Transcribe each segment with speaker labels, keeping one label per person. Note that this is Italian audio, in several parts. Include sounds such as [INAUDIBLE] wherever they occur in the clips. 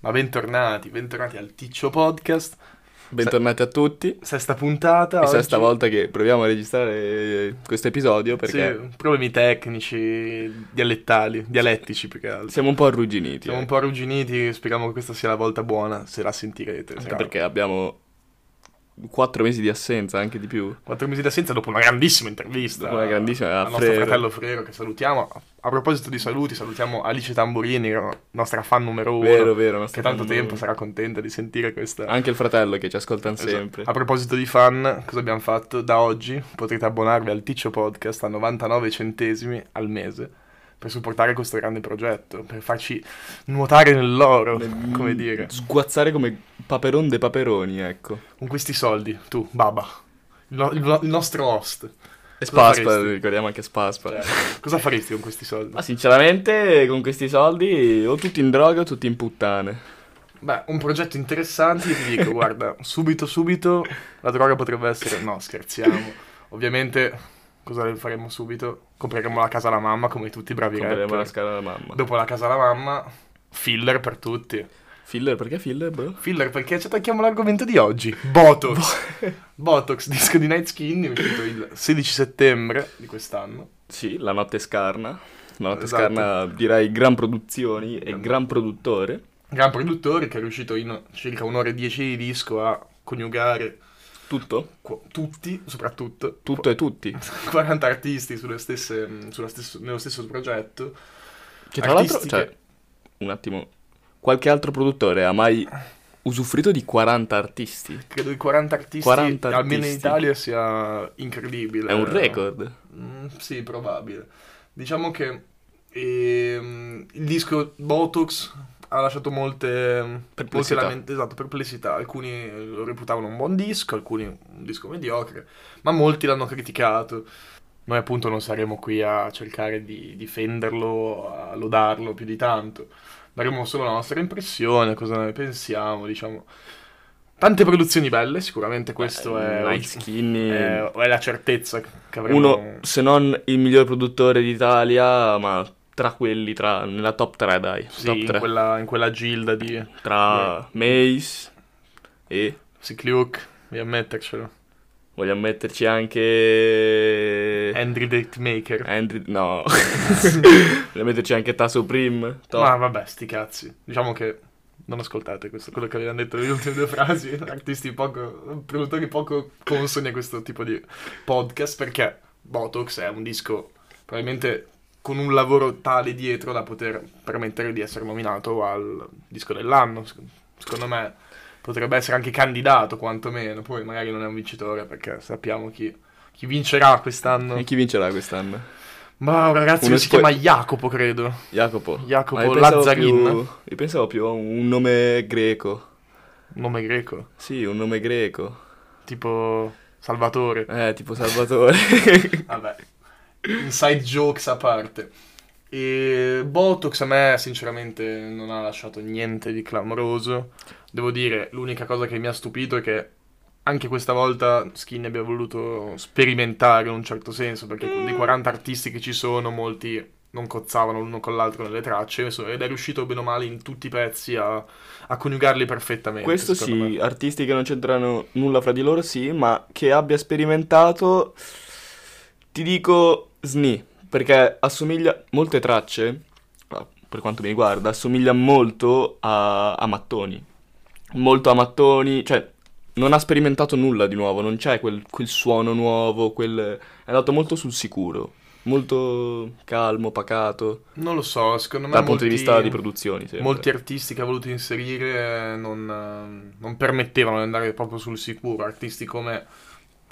Speaker 1: Ma bentornati, bentornati al Ticcio Podcast,
Speaker 2: Bentornati a tutti.
Speaker 1: sesta puntata.
Speaker 2: Questa è
Speaker 1: oggi.
Speaker 2: sta volta che proviamo a registrare eh, questo episodio perché
Speaker 1: Sì, problemi tecnici, dialettali, dialettici più che altro.
Speaker 2: siamo un po' arrugginiti.
Speaker 1: Siamo
Speaker 2: eh.
Speaker 1: un po' arrugginiti, speriamo che questa sia la volta buona, se la sentirete.
Speaker 2: Anche
Speaker 1: sarà-
Speaker 2: eh. perché abbiamo quattro mesi di assenza, anche di più.
Speaker 1: Quattro mesi d'assenza dopo una grandissima intervista.
Speaker 2: Dopo una grandissima,
Speaker 1: Al
Speaker 2: a
Speaker 1: nostro
Speaker 2: Frero.
Speaker 1: fratello Frero che salutiamo. A proposito di saluti, salutiamo Alice Tamburini, la nostra fan numero uno.
Speaker 2: Vero, vero, nostra
Speaker 1: Che tanto
Speaker 2: fan numero
Speaker 1: tempo
Speaker 2: uno.
Speaker 1: sarà contenta di sentire questa.
Speaker 2: Anche il fratello che ci ascoltano
Speaker 1: Esatto.
Speaker 2: sempre.
Speaker 1: A proposito di fan, cosa abbiamo fatto? Da oggi potrete abbonarvi al Ticcio Podcast a 99 centesimi al mese per supportare questo grande progetto, per farci nuotare nell'oro,
Speaker 2: Nel-
Speaker 1: come dire.
Speaker 2: Sguazzare come paperon dei paperoni, ecco.
Speaker 1: Con questi soldi, tu, Baba, il, no- il no- il nostro host,
Speaker 2: E
Speaker 1: Cosa
Speaker 2: Spaspar,
Speaker 1: faresti? Cioè.
Speaker 2: ricordiamo anche Spaspar.
Speaker 1: cosa faresti con questi soldi?
Speaker 2: Ma sinceramente con questi soldi o tutti in droga o tutti in puttane.
Speaker 1: Beh, un progetto interessante, io ti dico, guarda, subito, subito, la droga potrebbe essere... No, scherziamo. Ovviamente, cosa faremo subito? Compreremo la casa alla mamma, come tutti i bravi
Speaker 2: Compreremo
Speaker 1: rapper.
Speaker 2: la scala alla mamma.
Speaker 1: Dopo la casa alla mamma, filler per tutti.
Speaker 2: Filler, perché filler, bro?
Speaker 1: Filler perché ci attacchiamo all'argomento di oggi. Botox.
Speaker 2: [LAUGHS]
Speaker 1: Botox, disco di Night Skin, è uscito il 16 settembre di quest'anno.
Speaker 2: Sì, La Notte Scarna. La Notte
Speaker 1: Esatto.
Speaker 2: Scarna, direi, gran produzioni e gran produttore.
Speaker 1: Gran produttore che è riuscito in circa un'ora e dieci di disco a coniugare
Speaker 2: Tutto?
Speaker 1: qu- tutti, soprattutto,
Speaker 2: Tutto e tutti.
Speaker 1: 40 artisti sulle stesse, mh, sulla stesso- nello stesso progetto.
Speaker 2: Che tra l'altro,
Speaker 1: Artisti
Speaker 2: cioè,
Speaker 1: che-
Speaker 2: un attimo, qualche altro produttore ha mai usufruito di 40 artisti?
Speaker 1: Credo i 40 artisti,
Speaker 2: 40
Speaker 1: almeno in
Speaker 2: artisti.
Speaker 1: Italia, sia incredibile.
Speaker 2: È un record.
Speaker 1: Mm, sì, probabile. Diciamo che ehm, il disco Botox ha lasciato molte molte
Speaker 2: Perplessità.
Speaker 1: lament- esatto, perplessità. Alcuni lo reputavano un buon disco, alcuni un disco mediocre, ma molti l'hanno criticato. Noi appunto non saremo qui a cercare di difenderlo, a lodarlo più di tanto. Daremo solo la nostra impressione, cosa ne pensiamo, diciamo. Tante produzioni belle, sicuramente questo
Speaker 2: Eh,
Speaker 1: è,
Speaker 2: Night Skinny,
Speaker 1: è- è la certezza che avremo.
Speaker 2: uno, se non il miglior produttore d'Italia, ma tra quelli, tra, nella top 3 dai,
Speaker 1: Sì,
Speaker 2: top
Speaker 1: in
Speaker 2: 3,
Speaker 1: quella, eh. in quella gilda di
Speaker 2: tra Mace e
Speaker 1: Sikliuk, voglio mettercelo.
Speaker 2: vogliamo metterci anche...
Speaker 1: Andrew Date Maker.
Speaker 2: Andrew,
Speaker 1: [LAUGHS]
Speaker 2: no, vogliamo metterci anche Ta Supreme, top.
Speaker 1: Ma vabbè, sti cazzi. Diciamo che non ascoltate questo, quello che avevano detto le ultime due frasi.
Speaker 2: [LAUGHS]
Speaker 1: Artisti poco, produttori poco consoni a questo tipo di podcast perché Botox è un disco probabilmente con un lavoro tale dietro da poter permettere di essere nominato al disco dell'anno. Sec- Secondo me potrebbe essere anche candidato quantomeno, poi magari non è un vincitore perché sappiamo chi, chi vincerà quest'anno.
Speaker 2: E chi vincerà quest'anno?
Speaker 1: Ma un ragazzo
Speaker 2: Uno
Speaker 1: che si
Speaker 2: spo-
Speaker 1: chiama Jacopo, credo.
Speaker 2: Jacopo.
Speaker 1: Jacopo
Speaker 2: Ma io pensavo
Speaker 1: Lazzarin.
Speaker 2: più- Io pensavo più a un nome greco.
Speaker 1: Nome greco.
Speaker 2: Sì, un nome greco.
Speaker 1: Tipo Salvatore.
Speaker 2: Eh, tipo Salvatore.
Speaker 1: [LAUGHS]
Speaker 2: [LAUGHS]
Speaker 1: Vabbè, inside jokes a parte. E Botox a me sinceramente non ha lasciato niente di clamoroso. Devo dire, l'unica cosa che mi ha stupito è che anche questa volta Skin abbia voluto sperimentare in un certo senso, perché dei 40 artisti che ci sono, molti non cozzavano l'uno con l'altro nelle tracce, insomma, ed è riuscito bene o male in tutti i pezzi a, a coniugarli perfettamente.
Speaker 2: Questo sì,
Speaker 1: secondo me.
Speaker 2: artisti che non c'entrano nulla fra di loro, sì, ma che abbia sperimentato, ti dico Sni, perché assomiglia molte tracce, ah, per quanto mi riguarda, assomiglia molto a, a Mattoni. Molto a Mattoni, cioè non ha sperimentato nulla di nuovo, non c'è quel, quel suono nuovo, quel... è andato molto sul sicuro, molto calmo, pacato,
Speaker 1: Non lo so, secondo me
Speaker 2: dal punto di
Speaker 1: molti-
Speaker 2: vista di produzioni. sempre.
Speaker 1: Molti artisti che ha voluto inserire eh, non, eh, non permettevano di andare proprio sul sicuro. Artisti come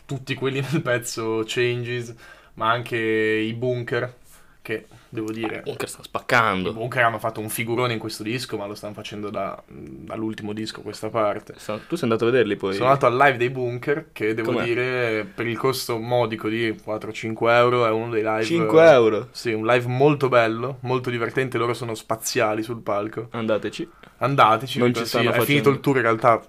Speaker 1: tutti quelli [LAUGHS] nel pezzo Changes, ma anche i Bunker, che devo dire,
Speaker 2: Bunker sta
Speaker 1: i
Speaker 2: spaccando.
Speaker 1: Bunker hanno fatto un figurone in questo disco, ma lo stanno facendo da- dall'ultimo disco a questa parte.
Speaker 2: Sa- Tu sei andato a vederli poi?
Speaker 1: Sono andato al live dei Bunker, che devo
Speaker 2: Com'è?
Speaker 1: dire, per il costo modico di 4-5 euro, è uno dei live...
Speaker 2: 5 euro.
Speaker 1: Sì, un live molto bello, molto divertente, loro sono spaziali sul palco.
Speaker 2: Andateci.
Speaker 1: Andateci,
Speaker 2: Non
Speaker 1: perché
Speaker 2: ci stanno
Speaker 1: sì, è
Speaker 2: facendo.
Speaker 1: finito il tour in realtà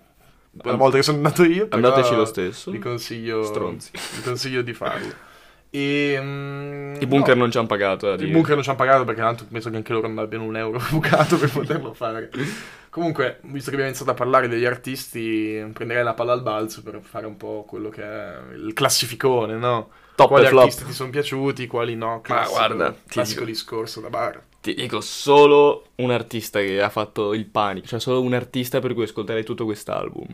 Speaker 1: una volta che sono andato io. però
Speaker 2: Andateci lo stesso.
Speaker 1: Vi consiglio,
Speaker 2: Stronzi.
Speaker 1: vi consiglio di farlo. E, mm,
Speaker 2: I bunker
Speaker 1: no,
Speaker 2: non ci hanno pagato. eh,
Speaker 1: i
Speaker 2: di-
Speaker 1: bunker non ci hanno pagato perché tanto penso che anche loro non abbiano un euro [LAUGHS] bucato per poterlo fare. Comunque, visto che abbiamo iniziato a parlare degli artisti, prenderei la palla al balzo per fare un po' quello che è il classificone, no?
Speaker 2: Top
Speaker 1: quali
Speaker 2: e flop.
Speaker 1: artisti ti sono piaciuti, quali no? Classico,
Speaker 2: guarda, ti
Speaker 1: classico
Speaker 2: dico-
Speaker 1: discorso da bar.
Speaker 2: Ti dico solo un artista che ha fatto il panico. Cioè, solo un artista per cui ascolterei tutto quest'album.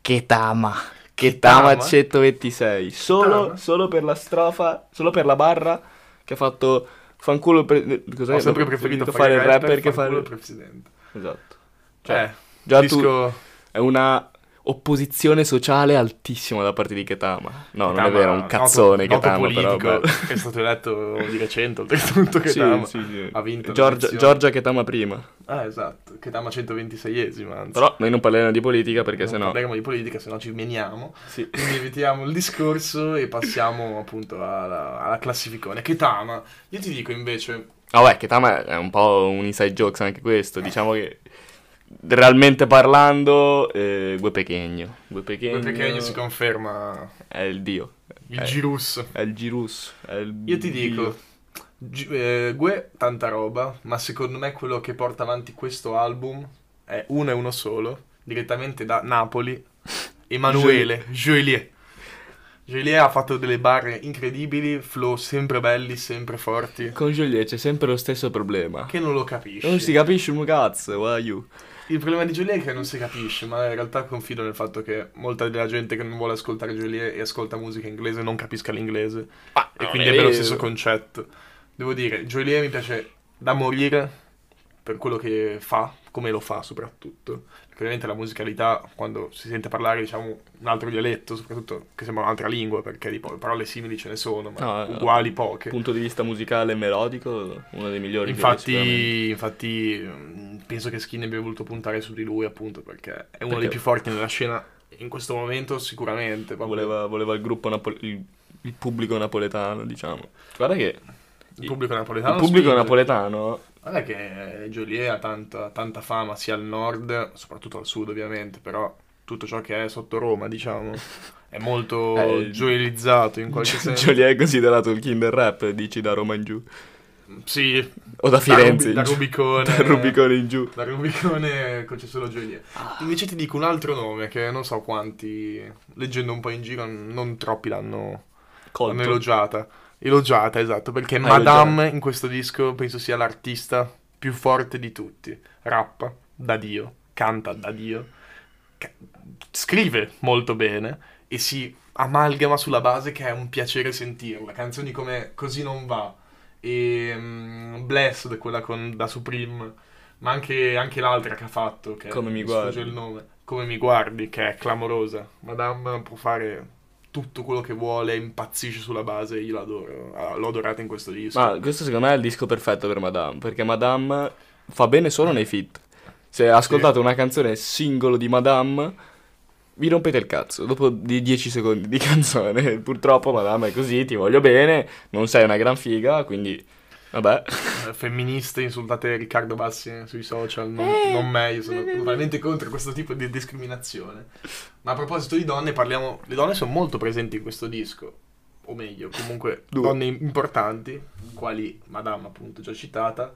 Speaker 2: Ketama. Ketama
Speaker 1: Ketama?
Speaker 2: 126. Solo,
Speaker 1: Ketama?
Speaker 2: solo per la strofa, solo per la barra che ha fatto. Fanculo. Pre- cos'è?
Speaker 1: Ho sempre
Speaker 2: Ho
Speaker 1: preferito
Speaker 2: preferito
Speaker 1: fare il rapper
Speaker 2: che
Speaker 1: il
Speaker 2: fare.
Speaker 1: presidente.
Speaker 2: Esatto. Cioè,
Speaker 1: Cioè,
Speaker 2: già tu-
Speaker 1: disco...
Speaker 2: È una opposizione sociale altissima da parte di Ketama. No, non è
Speaker 1: Ketama,
Speaker 2: vero, è un
Speaker 1: noto-
Speaker 2: cazzone
Speaker 1: noto
Speaker 2: Ketama, però.
Speaker 1: politico,
Speaker 2: bello.
Speaker 1: [LAUGHS] che è stato eletto di recente, oltretutto
Speaker 2: [LAUGHS] Sì,
Speaker 1: Ketama.
Speaker 2: sì, sì.
Speaker 1: ha vinto le
Speaker 2: Giorgia,
Speaker 1: elezioni.
Speaker 2: Giorgia Ketama prima.
Speaker 1: Ah, esatto, Ketama 126esima, anzi.
Speaker 2: Però noi non parleremo di politica perché
Speaker 1: non
Speaker 2: sennò.
Speaker 1: parleremo di politica, sennò ci meniamo.
Speaker 2: Sì.
Speaker 1: Quindi evitiamo il discorso e passiamo appunto alla, alla classificone. Ketama, io ti dico invece,
Speaker 2: Ah, beh, Ketama è un po' un inside jokes anche questo. Diciamo che realmente parlando, eh, Gue Pechegno. Gue Pechegno,
Speaker 1: quel pechegno si conferma
Speaker 2: è il dio.
Speaker 1: il
Speaker 2: Eh.
Speaker 1: Girus.
Speaker 2: È il Girus. È il
Speaker 1: Io ti dico,
Speaker 2: dio.
Speaker 1: Gi- eh, Gue tanta roba, ma secondo me quello che porta avanti questo album è uno e uno solo, direttamente da Napoli, Emanuele Joelier. Joelier ha fatto delle barre incredibili, flow sempre belli, sempre forti,
Speaker 2: Con Joliet c'è sempre lo stesso problema.
Speaker 1: che non lo capisci.
Speaker 2: Non si capisce un cazzo, why you?
Speaker 1: Il problema di Joelier è che non si capisce, ma in realtà confido nel fatto che molta della gente che non vuole ascoltare Joelier e ascolta musica inglese non capisca l'inglese.
Speaker 2: Ah,
Speaker 1: E quindi abbia lo stesso concetto. Devo dire, Joelier mi piace da morire per quello che fa, come lo fa soprattutto. Perché ovviamente la musicalità, quando si sente parlare, diciamo, un altro dialetto, soprattutto che sembra un'altra lingua, perché di po- parole simili ce ne sono, ma
Speaker 2: No, eh,
Speaker 1: uguali poche.
Speaker 2: punto di vista musicale e melodico, uno dei migliori. che sicuramente-
Speaker 1: Infatti, infatti, mh, penso che Skinny abbia voluto puntare su di lui, appunto, perché è uno dei
Speaker 2: Perché-
Speaker 1: più forti nella scena in questo momento, sicuramente. proprio.
Speaker 2: voleva, voleva il gruppo napol- il, il pubblico napoletano, diciamo. Guarda che
Speaker 1: il pubblico
Speaker 2: il
Speaker 1: napoletano.
Speaker 2: pubblico
Speaker 1: spinge.
Speaker 2: napoletano
Speaker 1: Guarda che Joliet ha tanta, tanta fama sia al nord, soprattutto al sud ovviamente, però tutto ciò che è sotto Roma, diciamo, è molto
Speaker 2: [LAUGHS] Eh,
Speaker 1: gioiellizzato in qualche
Speaker 2: Gio-
Speaker 1: senso.
Speaker 2: Joliet è considerato il king del rap, dici da Roma in giù
Speaker 1: Sì,
Speaker 2: o da Firenze,
Speaker 1: da,
Speaker 2: in giù.
Speaker 1: Rubi- da Rubicone.
Speaker 2: da Rubicone Ah. in giù.
Speaker 1: Da Rubicone con- c'è solo Joliet. Invece ti dico un altro nome che non so quanti, leggendo un po' in giro, non troppi l'hanno, l'hanno
Speaker 2: Colto.
Speaker 1: elogiata. Elogiata, esatto, perché
Speaker 2: elogiata.
Speaker 1: Madame in questo disco penso sia l'artista più forte di tutti. Rappa da Dio, canta da Dio, ca- scrive molto bene e si amalgama sulla base che è un piacere sentirla. Canzoni come Così non va e mm, Blessed, quella con, da Supreme, ma anche, anche l'altra che ha fatto, che
Speaker 2: Come mi
Speaker 1: sfugge
Speaker 2: guardi.
Speaker 1: il nome, Come mi guardi, che è clamorosa. Madame può fare tutto quello che vuole, impazzisce sulla base, io l'adoro, Ah, l'ho adorata in questo disco.
Speaker 2: Ma questo secondo me è il disco perfetto per Madame, perché Madame fa bene solo nei feat. Se ascoltate una canzone singolo di Madame, vi rompete il cazzo. Dopo di 10 secondi di [LAUGHS] canzone, purtroppo Madame è così, ti voglio bene, non sei una gran figa, quindi vabbè.
Speaker 1: Eh, Femministe, insultate Riccardo Bassi eh, sui social, non,
Speaker 2: Eh,
Speaker 1: non me, io sono totalmente contro questo tipo di discriminazione. Ma a proposito di donne, parliamo... Le donne sono molto presenti in questo disco, o meglio, comunque
Speaker 2: Due.
Speaker 1: donne importanti, quali Madame appunto già citata,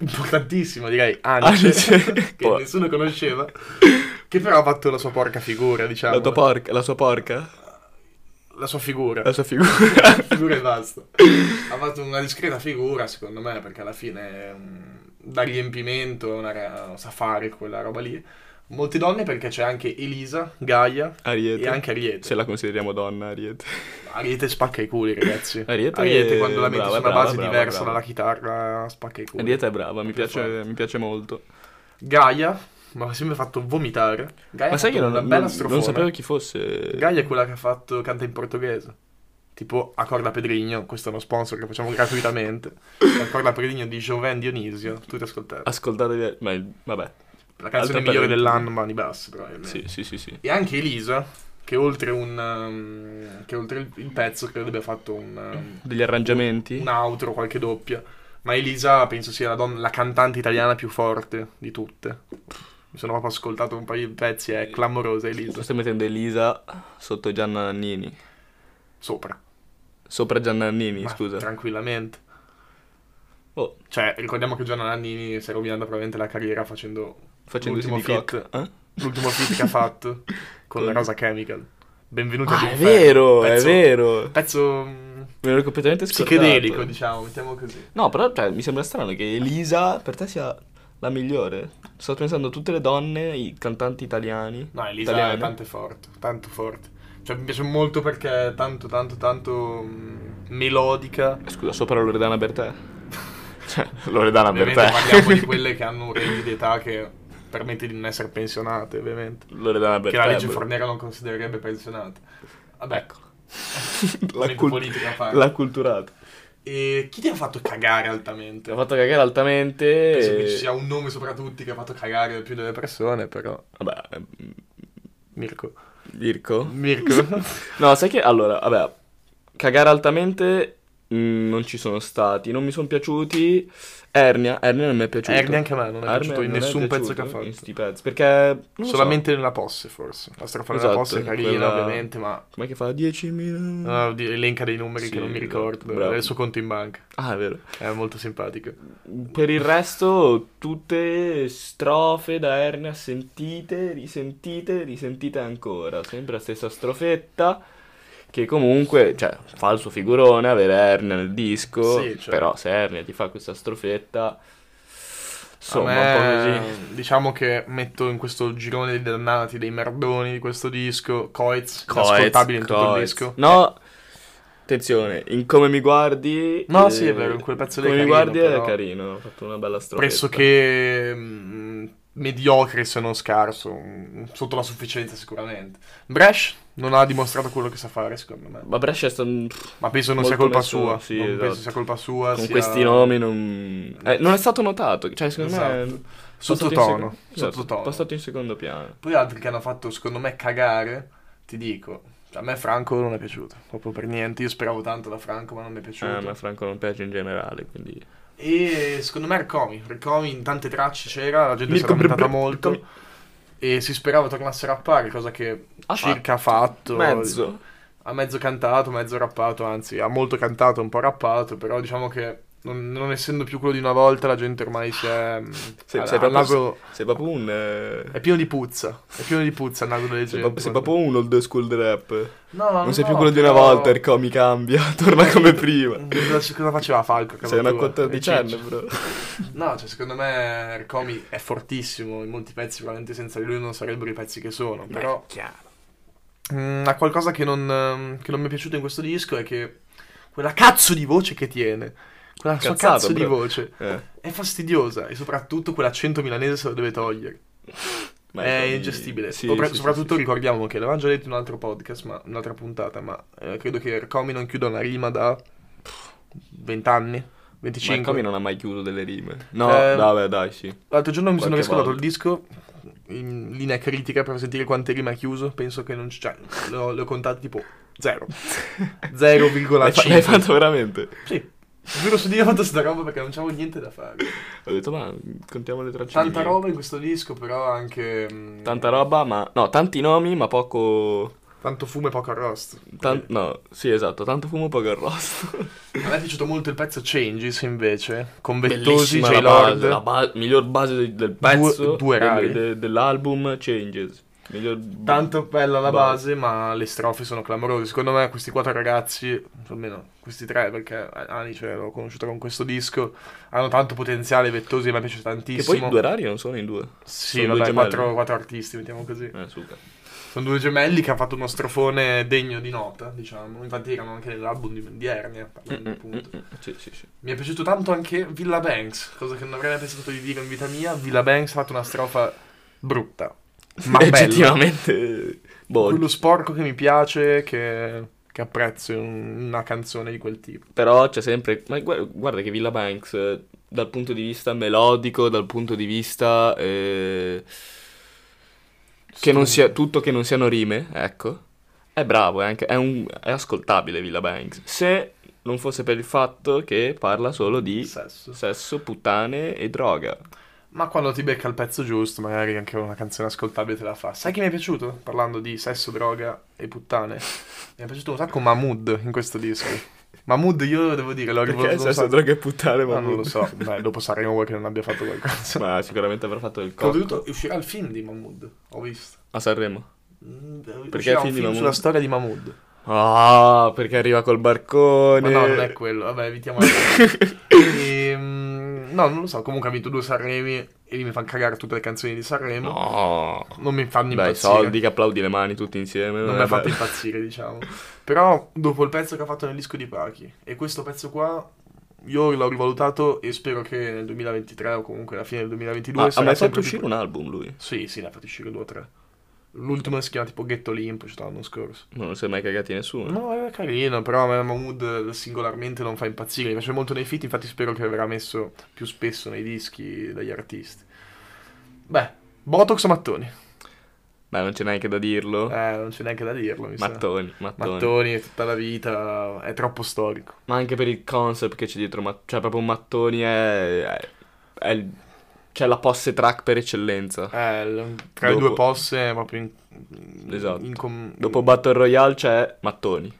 Speaker 1: importantissima direi, Anice,
Speaker 2: Anice.
Speaker 1: [LAUGHS] che nessuno conosceva, che però ha fatto la sua porca figura, diciamo.
Speaker 2: La, tua porca, la sua porca,
Speaker 1: La sua figura.
Speaker 2: la sua figura. [LAUGHS]
Speaker 1: figura e basta. Ha fatto una discreta figura, secondo me, perché alla fine mm, da riempimento è una ra- sa fare quella roba lì. Molte donne perché c'è anche Elisa, Gaia
Speaker 2: Ariete.
Speaker 1: e anche Ariete.
Speaker 2: Se la consideriamo donna, Ariete.
Speaker 1: Ariete spacca i culi, ragazzi.
Speaker 2: Ariete-
Speaker 1: quando la metti
Speaker 2: brava,
Speaker 1: su una
Speaker 2: brava,
Speaker 1: base
Speaker 2: brava,
Speaker 1: diversa
Speaker 2: brava.
Speaker 1: dalla chitarra spacca i culi.
Speaker 2: Ariete è brava, mi
Speaker 1: Più
Speaker 2: piace,
Speaker 1: forte.
Speaker 2: mi piace molto.
Speaker 1: Gaia mi ha sempre fatto vomitare. Gaia
Speaker 2: Ma
Speaker 1: ha
Speaker 2: sai che
Speaker 1: fatto
Speaker 2: non,
Speaker 1: una bella
Speaker 2: non-
Speaker 1: strofona.
Speaker 2: non sapevo chi fosse.
Speaker 1: Gaia è quella che ha fatto canta in portoghese. Tipo a Corda Pedrigno, questo è uno sponsor che facciamo gratuitamente. A Corda Pedrigno di Joven Dionisio, tutti ascoltate.
Speaker 2: Ascoltate, ma- vabbè.
Speaker 1: La canzone
Speaker 2: altre
Speaker 1: migliore
Speaker 2: parenti.
Speaker 1: dell'anno, mani basse, probabilmente.
Speaker 2: Sì, sì, sì, sì.
Speaker 1: E anche Elisa, che oltre un um, che oltre il, il pezzo credo abbia fatto un, um,
Speaker 2: Degli arrangiamenti.
Speaker 1: un outro, qualche doppia. Ma Elisa penso sia la, donna, la cantante italiana più forte di tutte. Mi sono proprio ascoltato un paio di pezzi, è clamorosa
Speaker 2: Tu
Speaker 1: Elisa.
Speaker 2: stai mettendo Elisa sotto Giannannini.
Speaker 1: Sopra.
Speaker 2: Sopra Giannannini,
Speaker 1: Ma
Speaker 2: scusa.
Speaker 1: Tranquillamente.
Speaker 2: Oh,
Speaker 1: Cioè, ricordiamo che Gianna Nannini si è rovinata probabilmente la carriera facendo
Speaker 2: facendosi di
Speaker 1: L'ultimo
Speaker 2: cock.
Speaker 1: fit.
Speaker 2: Eh?
Speaker 1: l'ultimo feat che
Speaker 2: [LAUGHS]
Speaker 1: ha fatto con la
Speaker 2: Con-
Speaker 1: Rosa Chemical. Benvenuti
Speaker 2: Ah, è
Speaker 1: all'inferno.
Speaker 2: vero, è
Speaker 1: Pezzo-
Speaker 2: vero.
Speaker 1: Pezzo mm,
Speaker 2: Me l'ero completamente scordato.
Speaker 1: psichedelico, diciamo, mettiamo così.
Speaker 2: No, però cioè, mi sembra strano che Elisa per te sia la migliore. Sto pensando a tutte le donne, i cantanti italiani.
Speaker 1: No, Elisa
Speaker 2: italiane.
Speaker 1: è tanto forte, tanto forte. Cioè, mi piace molto perché è tanto, tanto, tanto mm, melodica.
Speaker 2: Eh, Scusa, sopra Loredana
Speaker 1: [LAUGHS]
Speaker 2: Bertè. cioè, Loredana
Speaker 1: Ovviamente
Speaker 2: Bertè.
Speaker 1: parliamo
Speaker 2: [LAUGHS]
Speaker 1: di quelle che hanno un range di età che permette di non essere pensionate, ovviamente.
Speaker 2: Loredana Bertè.
Speaker 1: che la legge
Speaker 2: bro. [LAUGHS]
Speaker 1: Fornero non considererebbe pensionate. Vabbè, ecco,
Speaker 2: Eccolo.
Speaker 1: momento
Speaker 2: cult-
Speaker 1: politica a fare.
Speaker 2: l'ha culturato.
Speaker 1: E chi ti ha fatto cagare
Speaker 2: Ti ha
Speaker 1: altamente?
Speaker 2: fatto cagare altamente.
Speaker 1: Penso che
Speaker 2: e-
Speaker 1: ci sia un nome sopra tutti che ha fatto cagare più delle persone, però.
Speaker 2: Vabbè, ehm,
Speaker 1: Mirko.
Speaker 2: Mirko.
Speaker 1: [LAUGHS] Mirko.
Speaker 2: No, sai che allora, vabbè, cagare altamente mh, non ci sono stati, non mi sono piaciuti. Ernia, Ernia non mi è piaciuto.
Speaker 1: Ernia anche a me non è
Speaker 2: Ernia
Speaker 1: piaciuto in
Speaker 2: non è
Speaker 1: nessun pezzo
Speaker 2: piaciuto
Speaker 1: che ha fatto.
Speaker 2: In sti pezzi, perché non lo so,
Speaker 1: Solamente nella posse, forse. La strofa della
Speaker 2: Esatto,
Speaker 1: posse è carina,
Speaker 2: quella-
Speaker 1: ovviamente, ma
Speaker 2: com'è che fa 10.000?
Speaker 1: no, di- elenca dei numeri
Speaker 2: Sì,
Speaker 1: che non mi
Speaker 2: esatto,
Speaker 1: ricordo.
Speaker 2: bravo.
Speaker 1: Del suo conto in banca.
Speaker 2: Ah, è vero.
Speaker 1: È molto simpatico.
Speaker 2: Per il resto tutte strofe da Ernia sentite, risentite, risentite ancora, sempre la stessa strofetta che comunque, cioè, fa il suo figurone avere Ernia nel disco,
Speaker 1: Sì, certo.
Speaker 2: però se Ernia ti fa questa strofetta insomma,
Speaker 1: A
Speaker 2: un
Speaker 1: me,
Speaker 2: po' così.
Speaker 1: Diciamo che metto in questo girone dei dannati, dei merdoni di questo disco. Coez,
Speaker 2: Coez,
Speaker 1: ascoltabile in tutto il
Speaker 2: Coez.
Speaker 1: disco.
Speaker 2: No, attenzione, in Come mi guardi
Speaker 1: No,
Speaker 2: eh,
Speaker 1: sì, è vero, in quel pezzo lì è
Speaker 2: Come mi
Speaker 1: carino,
Speaker 2: guardi
Speaker 1: però-
Speaker 2: è carino, ha fatto una bella strofetta.
Speaker 1: pressoché mh, mediocre se non mm, scarso, mh, sotto la sufficienza sicuramente. Bresh non ha dimostrato quello che sa fare, secondo me.
Speaker 2: Ma Brescia è stato un-
Speaker 1: Ma penso non sia
Speaker 2: Boh, Molto
Speaker 1: colpa
Speaker 2: nessuno,
Speaker 1: sua.
Speaker 2: sì,
Speaker 1: non
Speaker 2: esatto.
Speaker 1: penso sia colpa sua.
Speaker 2: con
Speaker 1: sia-
Speaker 2: questi nomi non... eh, non è stato notato, cioè secondo me...
Speaker 1: Esatto.
Speaker 2: è passato in
Speaker 1: Sottotono.
Speaker 2: sec- esatto,
Speaker 1: sottotono.
Speaker 2: passato in secondo piano.
Speaker 1: Poi altri che hanno fatto, secondo me, cagare, ti dico. cioè, a me Franco non è piaciuto, proprio per niente. Io speravo tanto da Franco, ma non mi è piaciuto.
Speaker 2: Eh, ma Franco non piace in generale, quindi...
Speaker 1: E secondo me Ricomi, Ricomi in tante tracce c'era, la gente si
Speaker 2: Mirko
Speaker 1: era lamentata
Speaker 2: Br- Br-
Speaker 1: molto
Speaker 2: Ricomi.
Speaker 1: e si sperava tornasse a rappare, cosa che
Speaker 2: Ha
Speaker 1: circa ha fatto.
Speaker 2: Ah, Mezzo.
Speaker 1: Ha mezzo cantato, mezzo rappato, anzi ha molto cantato, un po' rappato, però diciamo che non, non essendo più quello di una volta la gente ormai si è... mh,
Speaker 2: Sei,
Speaker 1: ha-
Speaker 2: sei
Speaker 1: ha
Speaker 2: proprio,
Speaker 1: il naso-
Speaker 2: sei proprio un... eh,
Speaker 1: È pieno di puzza, è pieno di puzza il naso delle
Speaker 2: sei,
Speaker 1: gente.
Speaker 2: proprio, sei proprio un old school rap.
Speaker 1: No,
Speaker 2: non sei
Speaker 1: no,
Speaker 2: più quello di una
Speaker 1: però-
Speaker 2: volta, il comi cambia, [LAUGHS] torna come prima.
Speaker 1: Cosa cosa faceva Falco? a casa
Speaker 2: Sei una
Speaker 1: tua?
Speaker 2: quattordicenne, bro.
Speaker 1: No, cioè secondo me Ricomi è fortissimo, in molti pezzi probabilmente senza di lui non sarebbero i pezzi che sono, però
Speaker 2: chiaro.
Speaker 1: mm, ha qualcosa che non, ehm, che non mi è piaciuto in questo disco è che quella cazzo di voce che tiene, quella sua
Speaker 2: Cazzato,
Speaker 1: cazzo di
Speaker 2: bro.
Speaker 1: voce,
Speaker 2: Eh,
Speaker 1: è fastidiosa e soprattutto quell'accento milanese se lo deve togliere,
Speaker 2: ma
Speaker 1: è
Speaker 2: poi-
Speaker 1: ingestibile,
Speaker 2: sì,
Speaker 1: Sopra-
Speaker 2: sì, sì,
Speaker 1: soprattutto
Speaker 2: sì, sì.
Speaker 1: ricordiamo che l'avevamo già detto in un altro podcast, ma, un'altra puntata, ma eh, credo che Ricomi non chiuda una rima da 20
Speaker 2: Ma
Speaker 1: anni,
Speaker 2: il
Speaker 1: 25
Speaker 2: comi non ha mai chiuso delle rime. No,
Speaker 1: Eh,
Speaker 2: vabbè, dai, sì.
Speaker 1: L'altro giorno mi sono
Speaker 2: Qualche
Speaker 1: riascoltato il disco in linea critica per sentire quante rime ha chiuso. Penso che non cioè, c'è. Le ho, le ho contate tipo
Speaker 2: [LAUGHS]
Speaker 1: 0.
Speaker 2: L'hai, fa- l'hai
Speaker 1: 0,5.
Speaker 2: fatto veramente?
Speaker 1: Sì. Giuro su Dio ho fatto sta roba perché non c'avevo niente da fare.
Speaker 2: Ho detto, ma contiamo le tracce.
Speaker 1: Tanta
Speaker 2: di-
Speaker 1: roba in questo disco, però anche. mm, mh,
Speaker 2: Tanta roba, ma... No, tanti nomi, ma poco...
Speaker 1: Tanto fumo e poco arrosto.
Speaker 2: tan- No, sì, esatto, tanto fumo, poco
Speaker 1: [LAUGHS]
Speaker 2: arrosto.
Speaker 1: A me è piaciuto molto il pezzo Changes invece. Con Vettosi,
Speaker 2: Bellissima
Speaker 1: J.
Speaker 2: la base, la
Speaker 1: Lord.
Speaker 2: ba- miglior base de- del pezzo,
Speaker 1: due
Speaker 2: del-
Speaker 1: rari.
Speaker 2: de- dell'album Changes. Miglior...
Speaker 1: Tanto bella la
Speaker 2: Boh.
Speaker 1: base, ma le strofe sono clamorose. Secondo me questi quattro ragazzi, almeno questi tre, perché Anice l'ho conosciuta con questo disco, hanno tanto potenziale, Vettosi mi piace
Speaker 2: Che poi
Speaker 1: tantissimo.
Speaker 2: i due rari non sono in due.
Speaker 1: Sì,
Speaker 2: sono due
Speaker 1: vabbè,
Speaker 2: gemelli.
Speaker 1: quattro, quattro artisti, mettiamo così.
Speaker 2: Eh, suca.
Speaker 1: Sono due gemelli che hanno fatto uno strofone degno di nota, diciamo. Infatti erano anche nell'album di, eh, di Ernia,
Speaker 2: Mm,
Speaker 1: parlando appunto.
Speaker 2: Sì, sì, sì.
Speaker 1: Mi è piaciuto tanto anche Villa Banks, cosa che non avrei mai pensato di dire in vita mia. Villa Banks ha fatto una strofa brutta,
Speaker 2: [LAUGHS]
Speaker 1: ma bella.
Speaker 2: Effettivamente... Boh,
Speaker 1: quello sporco che mi piace, che, che apprezzo in una canzone di quel tipo.
Speaker 2: Però c'è sempre. Ma gu- guarda che Villa Banks, eh, dal punto di vista melodico, dal punto di vista. eh, che non sia. Tutto che non siano rime, ecco. È bravo, è, anche, è, un- è ascoltabile Villa Banks. Se non fosse per il fatto che parla solo di
Speaker 1: Sesso.
Speaker 2: sesso, puttane e droga.
Speaker 1: Ma quando ti becca il pezzo giusto, magari anche una canzone ascoltabile te la fa. Sai chi mi è piaciuto? Parlando di sesso, droga
Speaker 2: [LAUGHS]
Speaker 1: e puttane. Mi è piaciuto un sacco Mahmood in questo disco. Mahmood io devo dire, l'ho
Speaker 2: Perché
Speaker 1: rivoluto.
Speaker 2: sesso, droga e puttane, ma
Speaker 1: Ma Ah, non lo so, Beh, dopo saremo voi che non abbia fatto
Speaker 2: [LAUGHS]
Speaker 1: qualcosa.
Speaker 2: Ma sicuramente avrà fatto il
Speaker 1: Oltretutto
Speaker 2: cotto
Speaker 1: uscirà il film di Mahmood, ho visto.
Speaker 2: a Sanremo.
Speaker 1: Mm,
Speaker 2: Perché il film
Speaker 1: uscirà un
Speaker 2: di
Speaker 1: film
Speaker 2: Mahmood?
Speaker 1: sulla storia di Mahmood.
Speaker 2: Ah, perché arriva col
Speaker 1: Ma
Speaker 2: barcone.
Speaker 1: no, non è quello. Vabbè, evitiamo.
Speaker 2: [LAUGHS]
Speaker 1: Ehm, no, non lo so. Comunque ha vinto due Sanremi e lì mi fanno cagare tutte le canzoni di Sanremo.
Speaker 2: No.
Speaker 1: Non mi fanno
Speaker 2: Dai,
Speaker 1: impazzire.
Speaker 2: soldi eh, che applaudi le mani tutti insieme. Ah,
Speaker 1: Non mi ha fatto impazzire, diciamo. Però dopo il pezzo che ha fatto nel disco di Pachi e questo pezzo qua io l'ho rivalutato e spero che nel 2023 o comunque alla fine del 2022
Speaker 2: ah, Ma ha
Speaker 1: sarà
Speaker 2: mai fatto
Speaker 1: sempre più-
Speaker 2: uscire un album lui?
Speaker 1: Sì, sì, ne ha fatto uscire due o tre. L'ultimo si chiama tipo Ghetto Limp, c'è stato l'anno scorso.
Speaker 2: Non si è mai cagati nessuno.
Speaker 1: No, era carino, però a me Mahmood singolarmente non fa impazzire. Mi piace molto nei feat, infatti spero che verrà messo più spesso nei dischi dagli artisti. Beh, Botox o Mattoni?
Speaker 2: Beh, non c'è neanche da dirlo.
Speaker 1: Eh, non c'è neanche da dirlo, mi sa.
Speaker 2: Mattoni, mattoni.
Speaker 1: Mattoni è tutta la vita, è troppo storico.
Speaker 2: Ma anche per il concept che c'è dietro, ma- cioè proprio Mattoni è... è, è il- c'è la posse track per eccellenza.
Speaker 1: Eh, l- tra le
Speaker 2: Dopo-
Speaker 1: due posse proprio in,
Speaker 2: Esatto.
Speaker 1: in com-
Speaker 2: Dopo Battle Royale c'è Mattoni.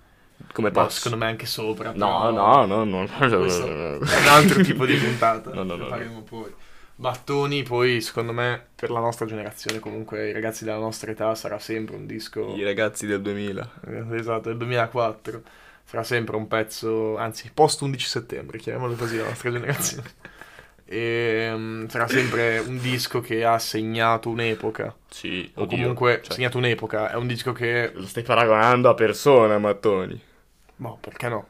Speaker 2: Come
Speaker 1: Mm. ma
Speaker 2: posse.
Speaker 1: secondo me anche sopra.
Speaker 2: No,
Speaker 1: però-
Speaker 2: no, no, no. [LAUGHS]
Speaker 1: Questo è un altro tipo di puntata
Speaker 2: No, no,
Speaker 1: che
Speaker 2: no,
Speaker 1: faremo poi. Battoni poi secondo me per la nostra generazione comunque i ragazzi della nostra età sarà sempre un disco
Speaker 2: I ragazzi del 2000.
Speaker 1: eh, esatto del 2004 sarà sempre un pezzo anzi post 11 settembre chiamiamolo così la nostra
Speaker 2: [LAUGHS]
Speaker 1: generazione e mm, sarà sempre un disco che ha segnato un'epoca
Speaker 2: Sì,
Speaker 1: o comunque
Speaker 2: cioè,
Speaker 1: segnato un'epoca è un disco che
Speaker 2: lo stai paragonando a persona, Mattoni.
Speaker 1: no boh, perché no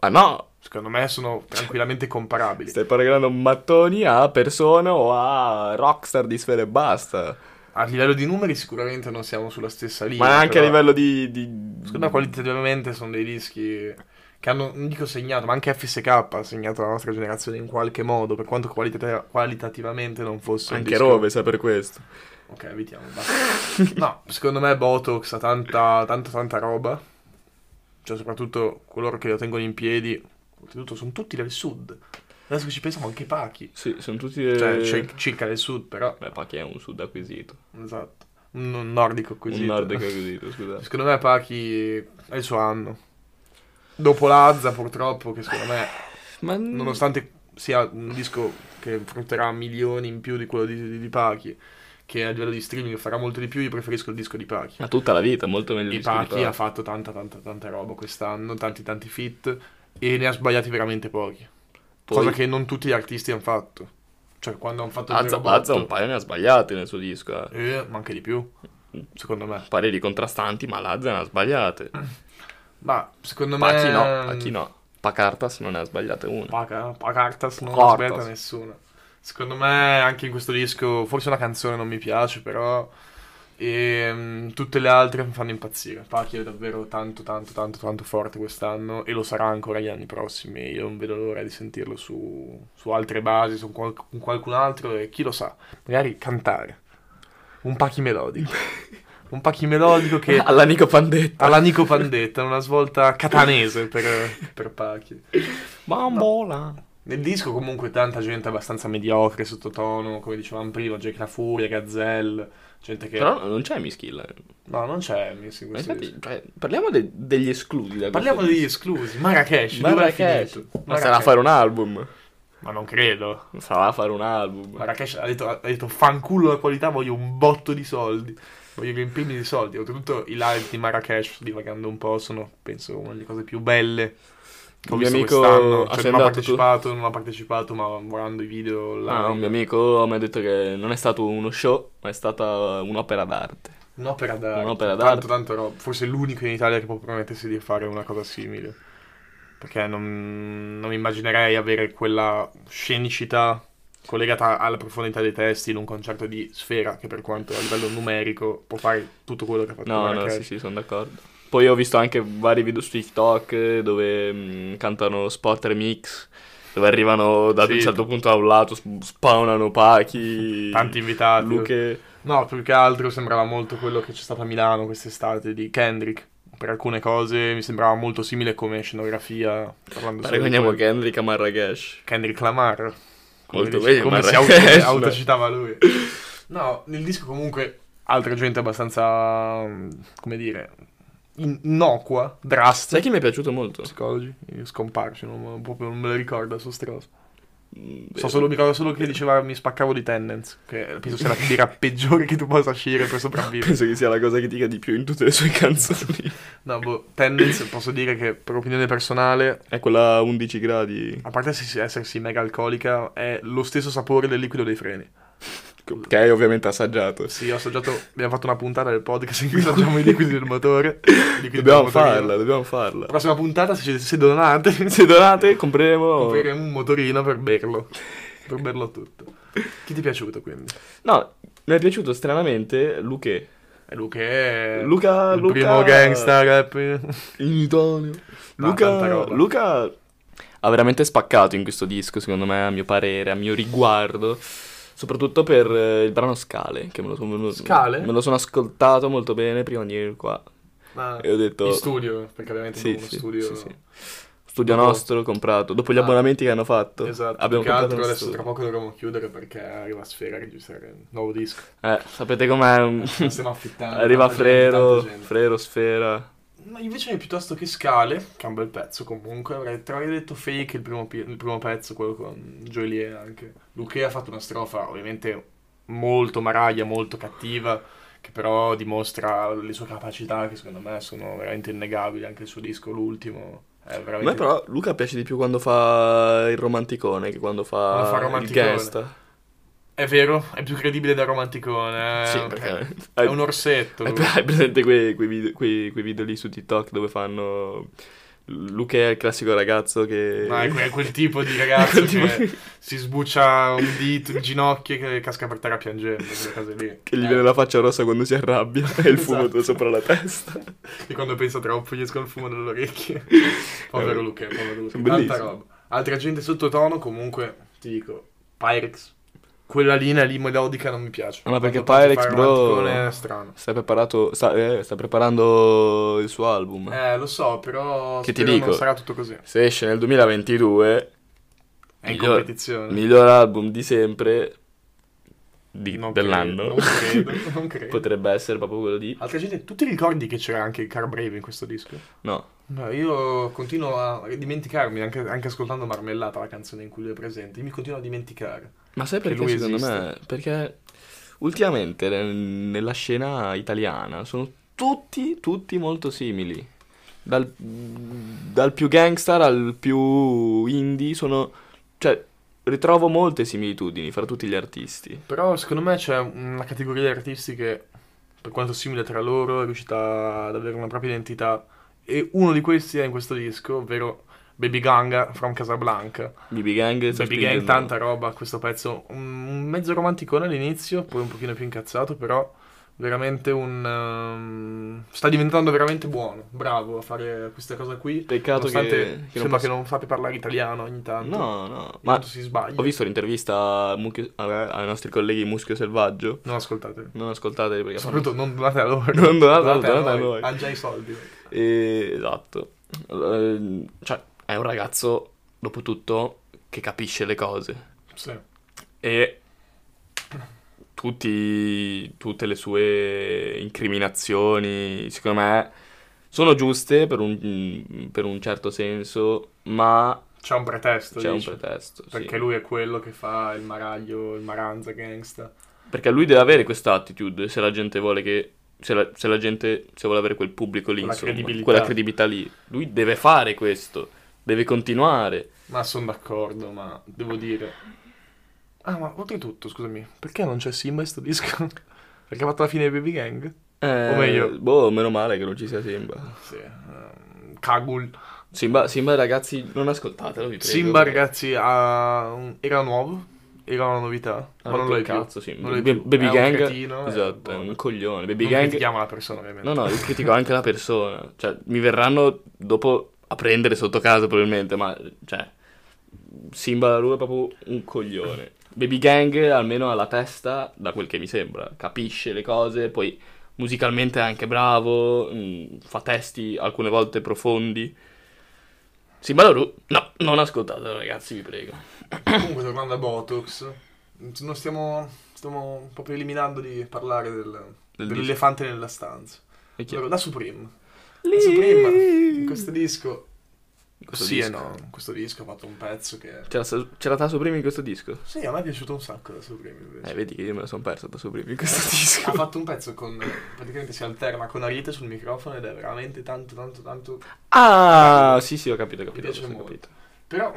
Speaker 2: Ah no,
Speaker 1: secondo me sono tranquillamente comparabili
Speaker 2: stai paragonando Mattoni a persona o a rockstar di sfere e basta.
Speaker 1: a livello di numeri sicuramente non siamo sulla stessa linea
Speaker 2: Ma anche a
Speaker 1: però-
Speaker 2: livello di... di...
Speaker 1: Secondo me qualitativamente sono dei dischi che hanno, non dico segnato, ma anche FSK ha segnato la nostra generazione in qualche modo, per quanto qualitata- qualitativamente non fosse un
Speaker 2: Anche
Speaker 1: disco-
Speaker 2: Rove sa per questo.
Speaker 1: Ok, evitiamo, basta. No, secondo me Botox ha tanta, tanta, tanta roba. Cioè, soprattutto coloro che lo tengono in piedi. Oltretutto sono tutti del sud. Adesso che ci pensiamo anche Pachi.
Speaker 2: Sì, sono tutti... eh,
Speaker 1: Cioè, c'è circa del sud, però.
Speaker 2: Beh, Pachi è un sud acquisito.
Speaker 1: Esatto. Un un nordico così.
Speaker 2: Un nord acquisito, scusate.
Speaker 1: Secondo me Pachi è il suo anno. Dopo Lazza, purtroppo, che secondo me,
Speaker 2: Ma...
Speaker 1: nonostante sia un disco che frutterà milioni in più di quello di, di, di Pachi, che a livello di streaming farà molto di più, io preferisco il disco di Pachi.
Speaker 2: Ma tutta la vita, molto meglio
Speaker 1: E
Speaker 2: di Pachi.
Speaker 1: Pachi ha fatto tanta, tanta, tanta roba quest'anno, tanti, tanti fit, e ne ha sbagliati veramente pochi.
Speaker 2: Poi-
Speaker 1: Cosa che non tutti gli artisti hanno fatto. Cioè, quando hanno fatto il
Speaker 2: Azza,
Speaker 1: Zero
Speaker 2: Azza un
Speaker 1: Botto,
Speaker 2: paio ne ha sbagliati nel suo disco. eh.
Speaker 1: eh, ma anche di più, secondo me.
Speaker 2: Pareri contrastanti, ma Lazza ne ha sbagliate.
Speaker 1: Ma secondo me...
Speaker 2: Pachi no, Pachi no. Pacartas non ne ha sbagliate una.
Speaker 1: Paca, Pacartas non
Speaker 2: Cartas.
Speaker 1: aspetta nessuno. Secondo me anche in questo disco, forse una canzone non mi piace, però ehm, tutte le altre mi fanno impazzire. Pachi è davvero tanto, tanto, tanto, tanto forte quest'anno e lo sarà ancora gli anni prossimi. Io non vedo l'ora di sentirlo su, su altre basi, su qual- con qualcun altro e chi lo sa, magari cantare. Un Pachi melodico. Un Pachi melodico
Speaker 2: [LAUGHS]
Speaker 1: che Ah,
Speaker 2: Alla Nico Pandetta.
Speaker 1: alla Nico Pandetta, una svolta catanese per, per Pachi.
Speaker 2: Bambola.
Speaker 1: Nel disco comunque tanta gente abbastanza mediocre, sottotono, come dicevamo prima, Jack La Furia, Gazelle, gente che...
Speaker 2: Però non c'è Mischilla.
Speaker 1: No, non c'è Miss in
Speaker 2: Ma
Speaker 1: questo
Speaker 2: infatti,
Speaker 1: disco.
Speaker 2: cioè, parliamo de- degli esclusi. Da
Speaker 1: Parliamo
Speaker 2: questo
Speaker 1: degli esclusi, Marrakesh,
Speaker 2: disco.
Speaker 1: dove è
Speaker 2: Marrakesh.
Speaker 1: finito?
Speaker 2: Ma sarà a fare un album.
Speaker 1: Ma non credo.
Speaker 2: Sarà a fare un album.
Speaker 1: Marrakesh ha detto, ha detto fanculo la qualità, voglio un botto di soldi. Voglio riempirmi di soldi. Oltretutto i live di Marrakesh, divagando un po', sono, penso, una delle cose più belle che ho
Speaker 2: Il mio amico
Speaker 1: visto quest'anno.
Speaker 2: ha
Speaker 1: Cioè, non ha
Speaker 2: sendato tu?
Speaker 1: partecipato, non ha partecipato, ma guardando i video live.
Speaker 2: Ah, un mio amico mi ha detto che non è stato uno show, ma è stata un'opera d'arte.
Speaker 1: Un'opera d'arte.
Speaker 2: Un'opera d'arte.
Speaker 1: Tanto, tanto roba. Forse l'unico in Italia che può permettersi di fare una cosa simile. Perché non, non immaginerei avere quella scenicità collegata alla profondità dei testi in un concerto di Sfera, che per quanto a livello numerico può fare tutto quello che ha fatto
Speaker 2: No, no,
Speaker 1: Marrakesh.
Speaker 2: sì, sì, sono d'accordo. Poi ho visto anche vari video su TikTok eh, dove mh, cantano spot remix, dove arrivano da
Speaker 1: Sì.
Speaker 2: un certo punto a un lato, sp- spawnano Pachi,
Speaker 1: [LAUGHS] Tanti invitati.
Speaker 2: Luche.
Speaker 1: No, più che altro sembrava molto quello che c'è stato a Milano quest'estate di Kendrick. Per alcune cose mi sembrava molto simile come scenografia. Parlando solo di
Speaker 2: Paragoniamo
Speaker 1: quello.
Speaker 2: Kendrick a Marrakesh.
Speaker 1: Kendrick Lamar. come,
Speaker 3: Molto
Speaker 1: dice-
Speaker 3: bene,
Speaker 1: come
Speaker 3: ma
Speaker 1: si
Speaker 3: re-
Speaker 2: [LAUGHS]
Speaker 1: auto-
Speaker 3: eh,
Speaker 1: autocitava lui. No, nel disco comunque altra gente abbastanza, mm, come dire, in- innocua, drastica.
Speaker 2: Sai chi mi è piaciuto molto?
Speaker 1: Psicologi, io scomparso, non, proprio non me lo ricordo su Strauss.
Speaker 2: Beh,
Speaker 1: So solo, mi ricordo solo che diceva mi spaccavo di Tennant, che penso sia la birra
Speaker 2: [LAUGHS]
Speaker 1: peggiore che tu possa uscire per sopravvivere.
Speaker 2: Penso che sia la cosa che dica di più in tutte le sue [LAUGHS] canzoni.
Speaker 1: No, boh, Tennant posso dire che per opinione personale,
Speaker 2: È quella a 11 gradi.
Speaker 1: a parte se- essersi mega alcolica, è lo stesso sapore del liquido dei freni.
Speaker 2: Che hai ovviamente assaggiato.
Speaker 1: Sì, ho assaggiato, abbiamo fatto una puntata del podcast in cui assaggiamo i liquidi del [LAUGHS] motore. i liquidi del
Speaker 2: Dobbiamo
Speaker 1: motorino.
Speaker 2: farla, dobbiamo farla.
Speaker 1: La prossima puntata, se, ci- se [LAUGHS] donate,
Speaker 2: Se donate, compreremo.
Speaker 1: compreremo un motorino per berlo. Per berlo tutto. Chi ti è piaciuto quindi?
Speaker 2: No, mi è piaciuto stranamente Luque.
Speaker 1: È Luca è...
Speaker 2: Luca-
Speaker 1: Eh, il
Speaker 2: Luca-
Speaker 1: primo gangsta rap.
Speaker 2: In Italia.
Speaker 1: No, tanta
Speaker 2: Luca,
Speaker 1: roba.
Speaker 2: Luca ha veramente spaccato in questo disco, secondo me, a mio parere, a mio riguardo. Soprattutto per eh, il brano Scale, che me lo, me lo-
Speaker 1: Scale?
Speaker 2: me lo sono ascoltato molto bene prima di venire qua.
Speaker 1: [LAUGHS] Ma
Speaker 2: E ho detto...
Speaker 1: in studio, perché ovviamente
Speaker 2: Sì,
Speaker 1: uno
Speaker 2: sì,
Speaker 1: studio...
Speaker 2: sì, sì. Studio
Speaker 1: Dopo-
Speaker 2: nostro comprato, dopo gli
Speaker 1: Ah.
Speaker 2: abbonamenti che hanno fatto.
Speaker 1: Esatto,
Speaker 2: abbiamo
Speaker 1: più che
Speaker 2: comprato
Speaker 1: altro
Speaker 2: uno
Speaker 1: adesso tra
Speaker 2: studio.
Speaker 1: poco dovremo chiudere perché arriva Sfera a registrare un nuovo disco. [LAUGHS]
Speaker 2: Eh, sapete com'è?
Speaker 1: Stiamo affittando.
Speaker 2: Arriva
Speaker 1: Ah, tanta gente,
Speaker 2: Frero,
Speaker 1: tanta gente.
Speaker 2: Frero, Sfera.
Speaker 1: Ma invece piuttosto che Scale, che è un bel pezzo comunque, avrei tra avrei detto Fake il primo, pi- il primo pezzo, quello con Joelie anche. Luque ha fatto una strofa ovviamente molto maraglia, molto cattiva, che però dimostra le sue capacità che secondo me sono veramente innegabili, anche il suo disco, l'ultimo, è
Speaker 2: A
Speaker 1: veramente...
Speaker 2: me però Luca piace di più quando fa il romanticone che quando fa,
Speaker 1: Quando fa
Speaker 2: il
Speaker 1: romanticone.
Speaker 2: guest.
Speaker 1: È vero, è più credibile da romanticone.
Speaker 2: sì,
Speaker 1: Eh, è-
Speaker 2: perché
Speaker 1: È un orsetto.
Speaker 2: hai,
Speaker 1: lui.
Speaker 2: hai presente quei, quei video, quei- quei video lì su TikTok dove fanno Luca è il classico ragazzo che
Speaker 1: Ma è que- è quel
Speaker 2: [LAUGHS]
Speaker 1: tipo di ragazzo
Speaker 2: Quel tipo
Speaker 1: che si sbuccia un dito, il ginocchio e che casca per terra piangendo, quelle cose lì.
Speaker 2: che gli
Speaker 1: Eh.
Speaker 2: viene la faccia rossa quando si arrabbia e il fumo
Speaker 1: Esatto.
Speaker 2: sopra la testa.
Speaker 1: E quando penso troppo gli escono il fumo dalle
Speaker 2: [LAUGHS]
Speaker 1: orecchie. Povero Luca, povero Luca.
Speaker 2: Sono
Speaker 1: Tanta
Speaker 2: bellissimi.
Speaker 1: roba. Altra gente sottotono, comunque, ti dico, Pyrex. Quella linea lì melodica non mi piace.
Speaker 2: Ah, ma perché
Speaker 1: Quando pensi
Speaker 2: Pyrex,
Speaker 1: fare
Speaker 2: bro-
Speaker 1: un romanticone È strano.
Speaker 2: Sta, preparato, sta, eh, sta preparando il suo album.
Speaker 1: Eh, lo so, però
Speaker 2: Che ti
Speaker 1: spero non
Speaker 2: dico?
Speaker 1: sarà tutto così.
Speaker 2: Se esce nel 2022,
Speaker 1: È in
Speaker 2: Miglior-
Speaker 1: competizione.
Speaker 2: miglior album di sempre di-
Speaker 1: Non credo,
Speaker 2: dell'anno.
Speaker 1: non
Speaker 2: [LAUGHS]
Speaker 1: credo, non credo.
Speaker 2: Potrebbe essere proprio quello di...
Speaker 1: Altra gente, tu ti ricordi che c'era anche il Car Brave in questo disco?
Speaker 2: No.
Speaker 1: No, io continuo a dimenticarmi, anche, anche ascoltando Marmellata, la canzone in cui lui è presente, mi continuo a dimenticare.
Speaker 2: Ma sai
Speaker 1: Che
Speaker 2: perché
Speaker 1: lui
Speaker 2: secondo
Speaker 1: esiste.
Speaker 2: me? Perché ultimamente eh, nella scena italiana sono tutti, tutti molto simili. Dal, dal più gangster al più indie sono... Cioè, ritrovo molte similitudini fra tutti gli artisti.
Speaker 1: Però secondo me c'è una categoria di artisti che, per quanto simile tra loro, è riuscita ad avere una propria identità. E uno di questi è in questo disco, ovvero Baby Ganga from Casablanca.
Speaker 2: BB Gang, sta
Speaker 1: Baby Gang,
Speaker 2: spingendo-
Speaker 1: tanta roba questo pezzo. Un mezzo romanticone all'inizio, poi un pochino più incazzato, però veramente un... ehm, sta diventando veramente buono, bravo a fare questa cosa qui.
Speaker 2: Peccato che,
Speaker 1: Nonostante
Speaker 2: che non
Speaker 1: sembra
Speaker 2: possa-
Speaker 1: che non fate parlare italiano ogni tanto.
Speaker 2: No, no,
Speaker 1: Ma
Speaker 2: ma
Speaker 1: si sbaglia.
Speaker 2: ho visto l'intervista a Mucchio- a- ai nostri colleghi Muschio Selvaggio.
Speaker 1: Non ascoltate.
Speaker 2: Non ascoltateli perché fanno-
Speaker 1: Soprattutto non donate a
Speaker 2: [LAUGHS]
Speaker 1: loro.
Speaker 2: Non donate- donate a noi.
Speaker 1: Ha già i soldi.
Speaker 2: Eh, esatto. Eh, Cioè, è un ragazzo, dopo tutto, che capisce le cose.
Speaker 1: Sì.
Speaker 2: E tutti, tutte le sue incriminazioni, secondo me, sono giuste per un, per un certo senso, ma
Speaker 1: C'è un pretesto.
Speaker 2: c'è un
Speaker 1: dici?
Speaker 2: pretesto. sì.
Speaker 1: Perché lui è quello che fa il maraglio, il maranza gangsta.
Speaker 2: Perché lui deve avere questa attitude se la gente vuole che. Se la, se la gente se vuole avere quel pubblico lì,
Speaker 1: Quella
Speaker 2: insomma,
Speaker 1: credibilità.
Speaker 2: quella credibilità lì, lui deve fare questo, deve continuare.
Speaker 1: Ma sono d'accordo, ma devo dire. Ah, ma oltretutto, scusami, perché non c'è Simba in sto disco? [LAUGHS] Perché ha fatto la fine di Baby Gang?
Speaker 2: Eh,
Speaker 1: O meglio-
Speaker 2: boh, meno male che non ci sia Simba.
Speaker 1: Sì. ehm, Kagul.
Speaker 2: Simba, Simba, ragazzi, non ascoltatelo, vi prego.
Speaker 1: Simba, ragazzi, ha un- era nuovo, era una novità,
Speaker 2: Ha
Speaker 1: ma non
Speaker 2: rotto
Speaker 1: lo
Speaker 2: il
Speaker 1: è più.
Speaker 2: Ah, cazzo, Simba.
Speaker 1: Non lo è
Speaker 2: Ba-
Speaker 1: più.
Speaker 2: Baby
Speaker 1: È un
Speaker 2: Gang,
Speaker 1: cretino, è-
Speaker 2: esatto, è
Speaker 1: boh.
Speaker 2: un coglione. Baby
Speaker 1: Non
Speaker 2: Gang,
Speaker 1: critichiamo la persona, ovviamente.
Speaker 2: no, no, io critico anche la persona. Cioè, mi verranno dopo a prendere sotto casa, probabilmente, ma, cioè, Simba da lui è proprio un coglione. Baby Gang, almeno alla testa, da quel che mi sembra, capisce le cose, poi mm, musicalmente è anche bravo, mh, fa testi alcune volte profondi. Sì, Balaru, no, non ascoltatelo ragazzi, vi prego.
Speaker 1: Comunque, tornando a Botox, non stiamo, stiamo proprio eliminando di parlare del-
Speaker 2: Del
Speaker 1: dell'elefante nella stanza.
Speaker 2: E chi è?
Speaker 1: Allora, la Supreme. La
Speaker 2: Lì.
Speaker 1: Supreme, in questo disco...
Speaker 2: Questo
Speaker 1: sì
Speaker 2: disco.
Speaker 1: e no, in questo disco ha fatto un pezzo che...
Speaker 2: C'era, sta- c'era Tasso Primi in questo disco?
Speaker 1: Sì, a me è piaciuto un sacco la Supreme invece.
Speaker 2: Eh, vedi che io me la sono persa Tasso Primi in questo [LAUGHS]
Speaker 1: Ha
Speaker 2: disco.
Speaker 1: fatto un pezzo con... praticamente si alterna con la rete sul microfono ed è veramente tanto, tanto, tanto...
Speaker 2: Ah, sì, sì, ho capito, ho capito.
Speaker 1: piace
Speaker 2: adesso ho
Speaker 1: molto.
Speaker 2: capito.
Speaker 1: Però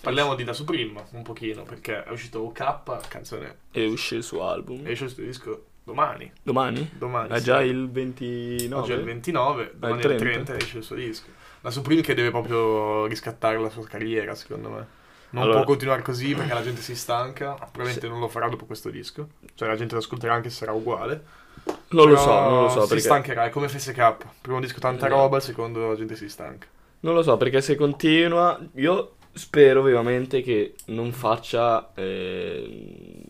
Speaker 1: parliamo di Da Supreme un pochino, perché è uscito OK, canzone...
Speaker 2: E uscì il suo album.
Speaker 1: Esce questo disco domani.
Speaker 2: Domani?
Speaker 1: Domani.
Speaker 2: È
Speaker 1: sì.
Speaker 2: Mm. già il 29.
Speaker 1: Oggi è il
Speaker 2: Ah,
Speaker 1: 29, domani è il
Speaker 2: 30.
Speaker 1: 30 esce il suo disco. La Supreme che deve proprio riscattare la sua carriera, secondo me. Non
Speaker 2: Allora-
Speaker 1: può continuare così perché la gente si stanca. Probabilmente non lo farà dopo questo disco. Cioè la gente lo ascolterà anche se sarà uguale.
Speaker 2: Non lo
Speaker 1: Però
Speaker 2: so, non lo so
Speaker 1: Si
Speaker 2: perché.
Speaker 1: stancherà, è come FSK. Primo disco tanta
Speaker 2: Eh.
Speaker 1: roba, il secondo la gente si stanca.
Speaker 2: Non lo so perché se continua, io spero vivamente che non faccia, eh,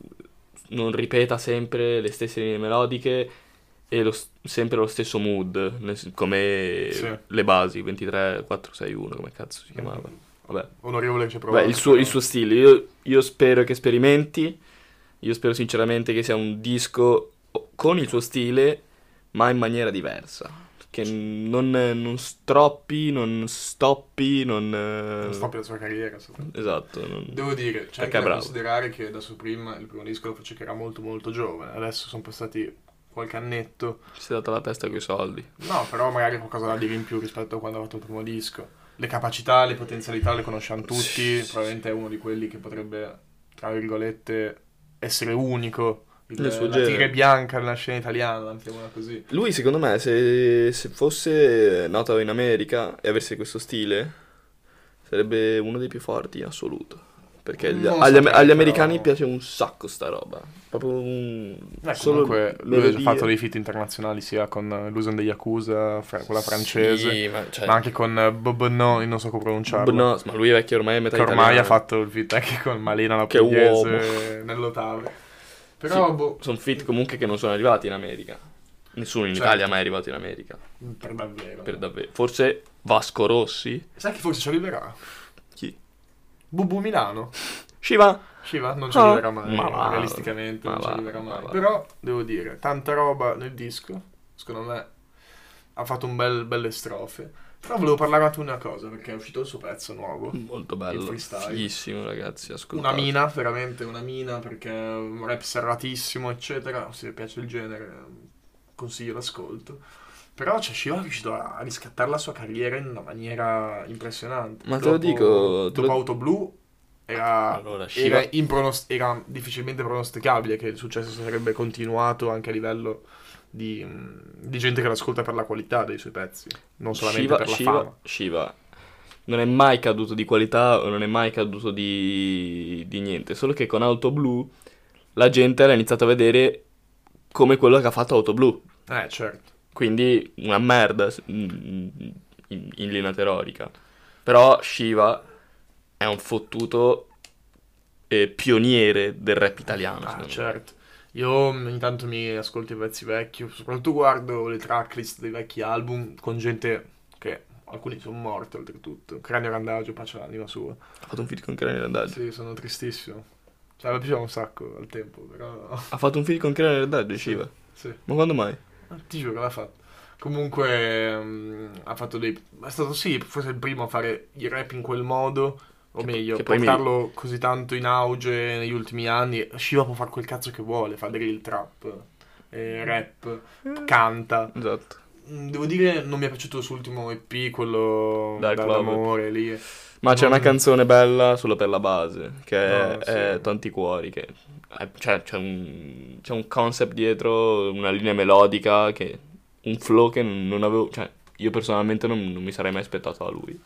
Speaker 2: non ripeta sempre le stesse linee melodiche e lo s- sempre lo stesso mood, nel sen- come
Speaker 1: Sì.
Speaker 2: le basi, 23, 4, 6, 1, come cazzo si chiamava. Vabbè,
Speaker 1: Onorevole ci ha provato.
Speaker 2: Vabbè, il, suo, il suo stile, io, io spero che sperimenti, io spero sinceramente che sia un disco con il suo stile, ma in maniera diversa. Che non, non stroppi, non stoppi, non... eh,
Speaker 1: Non sta per la sua carriera. secondo me.
Speaker 2: Esatto, non-
Speaker 1: Devo dire,
Speaker 2: Perché
Speaker 1: c'è anche
Speaker 2: è
Speaker 1: da
Speaker 2: bravo.
Speaker 1: considerare che da Supreme il primo disco lo faceva che era molto molto giovane. Adesso sono passati qualche annetto.
Speaker 2: ci si è data la testa con i soldi.
Speaker 1: No, però magari qualcosa da dire in più rispetto a quando ha fatto il primo disco. Le capacità, le potenzialità le conosciamo tutti.
Speaker 2: Sì, sì,
Speaker 1: Probabilmente è uno di quelli che potrebbe, tra virgolette, essere unico. Il,
Speaker 2: Nel suo
Speaker 1: la
Speaker 2: genere.
Speaker 1: tira bianca nella scena italiana, mettiamola così.
Speaker 2: Lui secondo me se, se fosse nato in America e avesse questo stile sarebbe uno dei più forti in assoluto. Perché agli,
Speaker 1: Mm, Non lo
Speaker 2: agli-
Speaker 1: saprei,
Speaker 2: agli
Speaker 1: però.
Speaker 2: americani piace un sacco sta roba. Proprio un...
Speaker 1: Beh,
Speaker 2: solo
Speaker 1: Eh, comunque lui ha già
Speaker 2: melodie.
Speaker 1: fatto dei feat internazionali sia con eh, Lusen degli Yakuza, fra- quella francese,
Speaker 2: Sì, ma, cioè,
Speaker 1: ma anche con eh, Bob No, io non so come pronunciarlo.
Speaker 2: no, ma lui è vecchio ormai è metà
Speaker 1: che ormai
Speaker 2: italiano.
Speaker 1: ha fatto il feat anche con Malena la
Speaker 2: Che uomo.
Speaker 1: pugliese nell'ottava. Però
Speaker 2: Sì.
Speaker 1: boh,
Speaker 2: Sono fit comunque che non sono arrivati in America. Nessuno in
Speaker 1: Certo.
Speaker 2: Italia è mai arrivato in America.
Speaker 1: per davvero.
Speaker 2: Per davvero. Forse Vasco Rossi?
Speaker 1: Sai che forse ci arriverà?
Speaker 2: Chi?
Speaker 1: Bubu Milano.
Speaker 2: Shiva?
Speaker 1: Sciva non ci
Speaker 2: Ah.
Speaker 1: arriverà mai,
Speaker 2: Ma va.
Speaker 1: realisticamente
Speaker 2: Ma
Speaker 1: non ci
Speaker 2: va,
Speaker 1: arriverà
Speaker 2: ma
Speaker 1: mai.
Speaker 2: va.
Speaker 1: Però devo dire, tanta roba nel disco, secondo me ha fatto un bel belle strofe. Però volevo parlare anche di una cosa, perché è uscito il suo pezzo nuovo.
Speaker 2: Molto
Speaker 1: Il
Speaker 2: bello.
Speaker 1: freestyle.
Speaker 2: Fighissimo ragazzi, ascoltate.
Speaker 1: Una mina, veramente una mina, perché è un rap serratissimo, eccetera. Se vi piace il genere, consiglio l'ascolto. Però cioè, Shiva è riuscito a riscattare la sua carriera in una maniera impressionante.
Speaker 2: Ma te lo
Speaker 1: Dopo-
Speaker 2: dico, te
Speaker 1: Dopo
Speaker 2: lo-
Speaker 1: Auto Blu era,
Speaker 2: Allora, Shiva-
Speaker 1: era, impronos- era difficilmente pronosticabile che il successo sarebbe continuato anche a livello di, di gente che l'ascolta per la qualità dei suoi pezzi, non solamente
Speaker 2: Shiva,
Speaker 1: per la
Speaker 2: Shiva,
Speaker 1: fama.
Speaker 2: Shiva non è mai caduto di qualità o non è mai caduto di, di niente, solo che con Auto Blu la gente l'ha iniziato a vedere come quello che ha fatto Auto Blu,
Speaker 1: Eh, certo.
Speaker 2: quindi una merda s- in, in- in linea teorica. Però Shiva è un fottuto eh, pioniere del rap italiano,
Speaker 1: Ah,
Speaker 2: secondo me.
Speaker 1: certo. Io ogni tanto mi ascolto i pezzi vecchi, soprattutto guardo le tracklist dei vecchi album con gente che alcuni sono morti oltretutto. Cranio Randagio, pace all'anima sua.
Speaker 2: Ha fatto un feat con Cranio Randaggi.
Speaker 1: Sì, sono tristissimo. Cioè, mi piaceva un sacco al tempo, però... [LAUGHS]
Speaker 2: Ha fatto un feat con Cranio Randaggi, Shiva.
Speaker 1: Sì.
Speaker 2: Ma quando mai?
Speaker 1: Ah, Ti giuro, l'ha fatto. Comunque, mm, ha fatto dei. È stato sì, forse il primo a fare il rap in quel modo. O
Speaker 2: Che-
Speaker 1: meglio,
Speaker 2: che poi mi-
Speaker 1: portarlo così tanto in auge negli ultimi anni. Shiva può fare quel cazzo che vuole, fa drill trap, eh, rap, canta.
Speaker 2: Esatto.
Speaker 1: Mm, Devo dire, non mi è piaciuto il suo ultimo EP, quello
Speaker 2: Dark Love.
Speaker 1: dell'amore lì.
Speaker 2: Ma c'è
Speaker 1: Non-
Speaker 2: una canzone bella solo per la base, che
Speaker 1: No,
Speaker 2: è
Speaker 1: sì.
Speaker 2: Tanti Cuori, che è- cioè, c'è, un, c'è un concept dietro, una linea melodica, che, un flow che non avevo, cioè io personalmente non, non mi sarei mai aspettato da lui.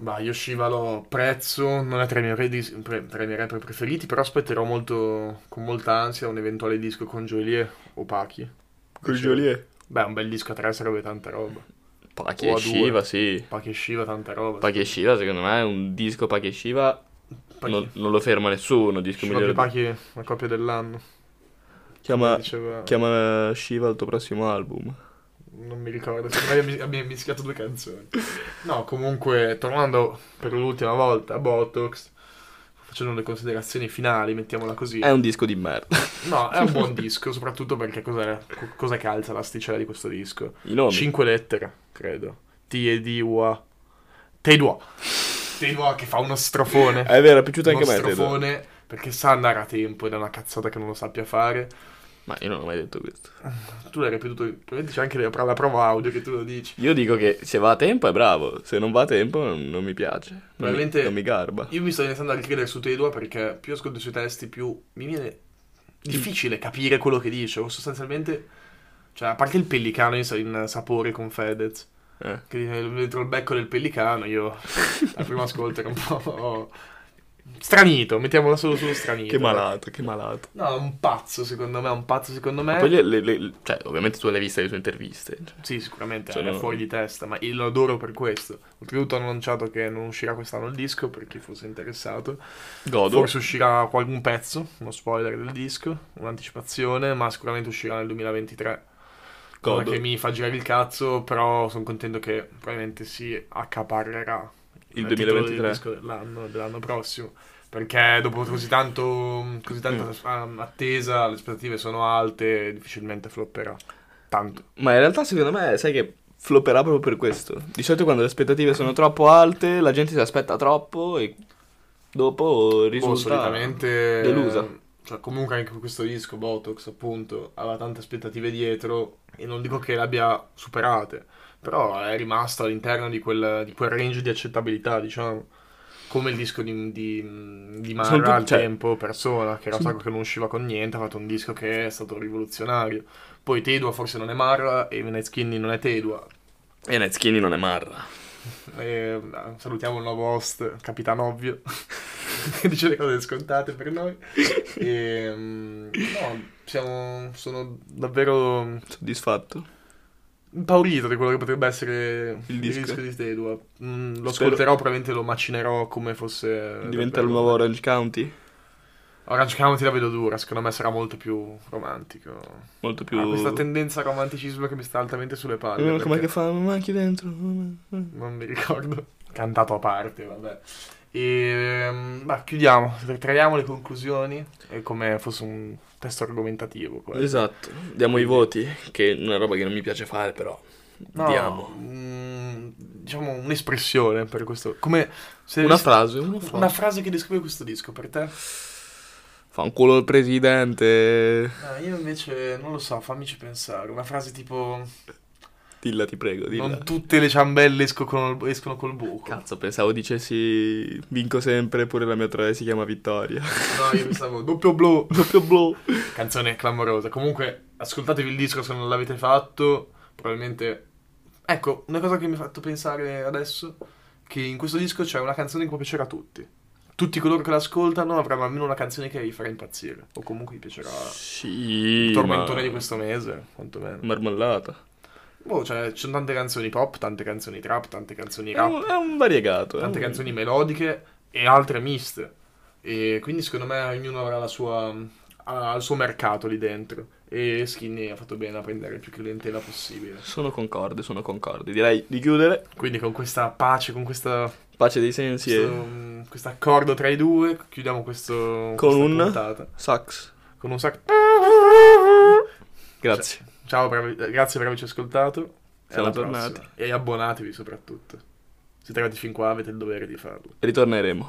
Speaker 1: Bah, io Shiva lo apprezzo, non è tra i miei, re- dis- pre- tra i miei rapper preferiti, però aspetterò molto, con molta ansia un eventuale disco con Joliet o Pachi. Dicevo. Beh, un bel disco a tre sarebbe tanta roba.
Speaker 2: Pachi
Speaker 1: O a
Speaker 2: e
Speaker 1: due.
Speaker 2: Shiva, sì.
Speaker 1: Pachi e Shiva, tanta roba.
Speaker 2: Pachi e Shiva, secondo me, è un disco Pachi e Shiva,
Speaker 1: Pachi.
Speaker 2: non, non lo ferma nessuno, disco
Speaker 1: Shiva
Speaker 2: migliore.
Speaker 1: più Pachi, la coppia dell'anno.
Speaker 2: Chiama,
Speaker 1: Diceva...
Speaker 2: chiama Shiva al tuo prossimo album.
Speaker 1: Mm, non mi ricordo, secondo me abbiamo mischiato due canzoni. No, comunque, tornando per l'ultima volta a Botox, facendo le considerazioni finali, mettiamola così.
Speaker 2: È un disco di merda.
Speaker 1: No, è un buon disco, soprattutto perché cos'è, co- cosa calza l'asticella di questo disco?
Speaker 2: I nomi.
Speaker 1: Cinque lettere, credo. T-E-D-U-A. Teidua. Teidua che fa uno strofone.
Speaker 2: È vero, è piaciuto
Speaker 1: uno
Speaker 2: anche a me. Tedo.
Speaker 1: strofone perché sa andare a tempo ed è una cazzata che non lo sappia fare.
Speaker 2: Ma io non ho mai detto questo.
Speaker 1: Tu l'hai ripetuto, probabilmente c'è anche la pro- la prova audio che tu lo dici.
Speaker 2: Io dico che se va a tempo è bravo, se non va a tempo non, non mi piace. Non mi-
Speaker 1: Probabilmente-
Speaker 2: non mi garba.
Speaker 1: Io mi sto iniziando a ricredere su Tedua perché più ascolto i suoi testi, più mi viene difficile capire quello che dice. O sostanzialmente, cioè, a parte il pellicano in, in sapore con Fedez,
Speaker 2: Eh.
Speaker 1: che dice, dentro il becco del pellicano, io
Speaker 2: [LAUGHS]
Speaker 1: al primo ascolto ero un po'. Stranito, mettiamola solo sullo stranito.
Speaker 2: Che malato, che malato.
Speaker 1: No, è un pazzo secondo me, è un pazzo secondo me.
Speaker 2: Ma poi le, le- le- cioè, ovviamente tu le hai viste le sue interviste. cioè.
Speaker 1: Sì, sicuramente
Speaker 2: Cioè,
Speaker 1: è
Speaker 2: no.
Speaker 1: fuori di testa, ma io lo adoro per questo. Oltretutto hanno annunciato che non uscirà quest'anno il disco per chi fosse interessato.
Speaker 2: Godo.
Speaker 1: Forse uscirà qual- un pezzo, uno spoiler del disco, un'anticipazione, ma sicuramente uscirà nel 2023. Cosa
Speaker 2: Godo.
Speaker 1: che mi fa girare il cazzo, però sono contento che probabilmente si accaparrerà
Speaker 2: Il
Speaker 1: titolo
Speaker 2: 2023.
Speaker 1: del disco dell'anno, dell'anno prossimo. Perché dopo così, tanto, così tanta
Speaker 2: Mm.
Speaker 1: um, attesa, le aspettative sono alte e difficilmente flopperà. Tanto.
Speaker 2: Ma in realtà secondo me, sai che flopperà proprio per questo. Di solito quando le aspettative sono troppo alte, la gente si aspetta troppo e dopo risulta...
Speaker 1: Boh, solitamente
Speaker 2: delusa.
Speaker 1: ehm, Cioè, comunque anche con questo disco Botox, appunto, aveva tante aspettative dietro e non dico che le abbia superate, però è rimasto all'interno di quel, di quel range di accettabilità, diciamo. Come il disco di, di, di Marra
Speaker 2: Sono tutti-
Speaker 1: al
Speaker 2: cioè-
Speaker 1: tempo, Persona, che era un
Speaker 2: Sono-
Speaker 1: sacco che non usciva con niente, ha fatto un disco che è stato rivoluzionario. Poi Tedua forse non è Marra e Veneschini non è Tedua.
Speaker 2: E Netzchini Eh, non è marra.
Speaker 1: E, eh, salutiamo il nuovo host, Capitano Ovvio, [LAUGHS] che dice le cose scontate per noi. E, mm, no, siamo, sono davvero Eh,
Speaker 2: Soddisfatto.
Speaker 1: impaurito di quello che potrebbe essere
Speaker 2: Il
Speaker 1: il
Speaker 2: disco.
Speaker 1: disco, di Tedua. Mm, lo
Speaker 2: Spero-
Speaker 1: ascolterò, probabilmente lo macinerò come fosse...
Speaker 2: Diventa
Speaker 1: davvero-
Speaker 2: il nuovo Orange County.
Speaker 1: Orange County la vedo dura, secondo me sarà molto più romantico.
Speaker 2: Molto più...
Speaker 1: Ha Ah, questa tendenza al romanticismo che mi sta altamente sulle palle.
Speaker 2: Eh, Com'è
Speaker 1: perché-
Speaker 2: che fa? Manchi dentro.
Speaker 1: Non mi ricordo. [LAUGHS] Cantato a parte, vabbè. E, mm, ma chiudiamo, traiamo le conclusioni. È come fosse un testo argomentativo. quello.
Speaker 2: Esatto. Diamo i voti, che è una roba che non mi piace fare, però...
Speaker 1: No,
Speaker 2: Diamo.
Speaker 1: mm, diciamo un'espressione per questo. Come se
Speaker 2: Una
Speaker 1: devi-
Speaker 2: frase, una frase.
Speaker 1: una frase che descrive questo disco per te?
Speaker 2: Fa un culo il presidente.
Speaker 1: Ah, io invece non lo so, fammici pensare. Una frase tipo:
Speaker 2: Dilla, ti prego, dilla.
Speaker 1: Non tutte le ciambelle esco col- escono col buco.
Speaker 2: Cazzo, pensavo dicessi vinco sempre, pure la mia tre si chiama Vittoria. [LAUGHS]
Speaker 1: No, io pensavo doppio blu.
Speaker 2: Doppio blu.
Speaker 1: Canzone clamorosa. Comunque, ascoltatevi il disco se non l'avete fatto. Probabilmente. Ecco, una cosa che mi ha fatto pensare adesso: che in questo disco c'è una canzone che può piacere a tutti. Tutti coloro che l'ascoltano avranno almeno una canzone che vi farà impazzire. O comunque vi piacerà.
Speaker 2: Sì,
Speaker 1: Il tormentone
Speaker 2: ma-
Speaker 1: di questo mese, quantomeno.
Speaker 2: Marmellata.
Speaker 1: Boh, cioè, ci sono tante canzoni pop, tante canzoni trap, tante canzoni
Speaker 2: È
Speaker 1: rap.
Speaker 2: un, è un variegato. è
Speaker 1: tante
Speaker 2: un-
Speaker 1: canzoni melodiche e altre miste. E quindi secondo me ognuno avrà la sua, ha il suo mercato lì dentro. E Skinny ha fatto bene a prendere più clientela possibile.
Speaker 2: Sono concorde, sono concorde. Direi di chiudere.
Speaker 1: Quindi con questa pace, con questa,
Speaker 2: Pace dei sensi
Speaker 1: questo,
Speaker 2: e
Speaker 1: mm, questo accordo tra i due, chiudiamo questo,
Speaker 2: Con
Speaker 1: questa
Speaker 2: un-
Speaker 1: puntata.
Speaker 2: sax.
Speaker 1: Con un sacco...
Speaker 2: Grazie.
Speaker 1: Ciao, bravi- grazie per averci ascoltato. E
Speaker 2: Siamo
Speaker 1: alla prossima.
Speaker 2: tornati.
Speaker 1: E abbonatevi soprattutto. Se siete arrivati fin qua avete il dovere di farlo.
Speaker 2: Ritorneremo.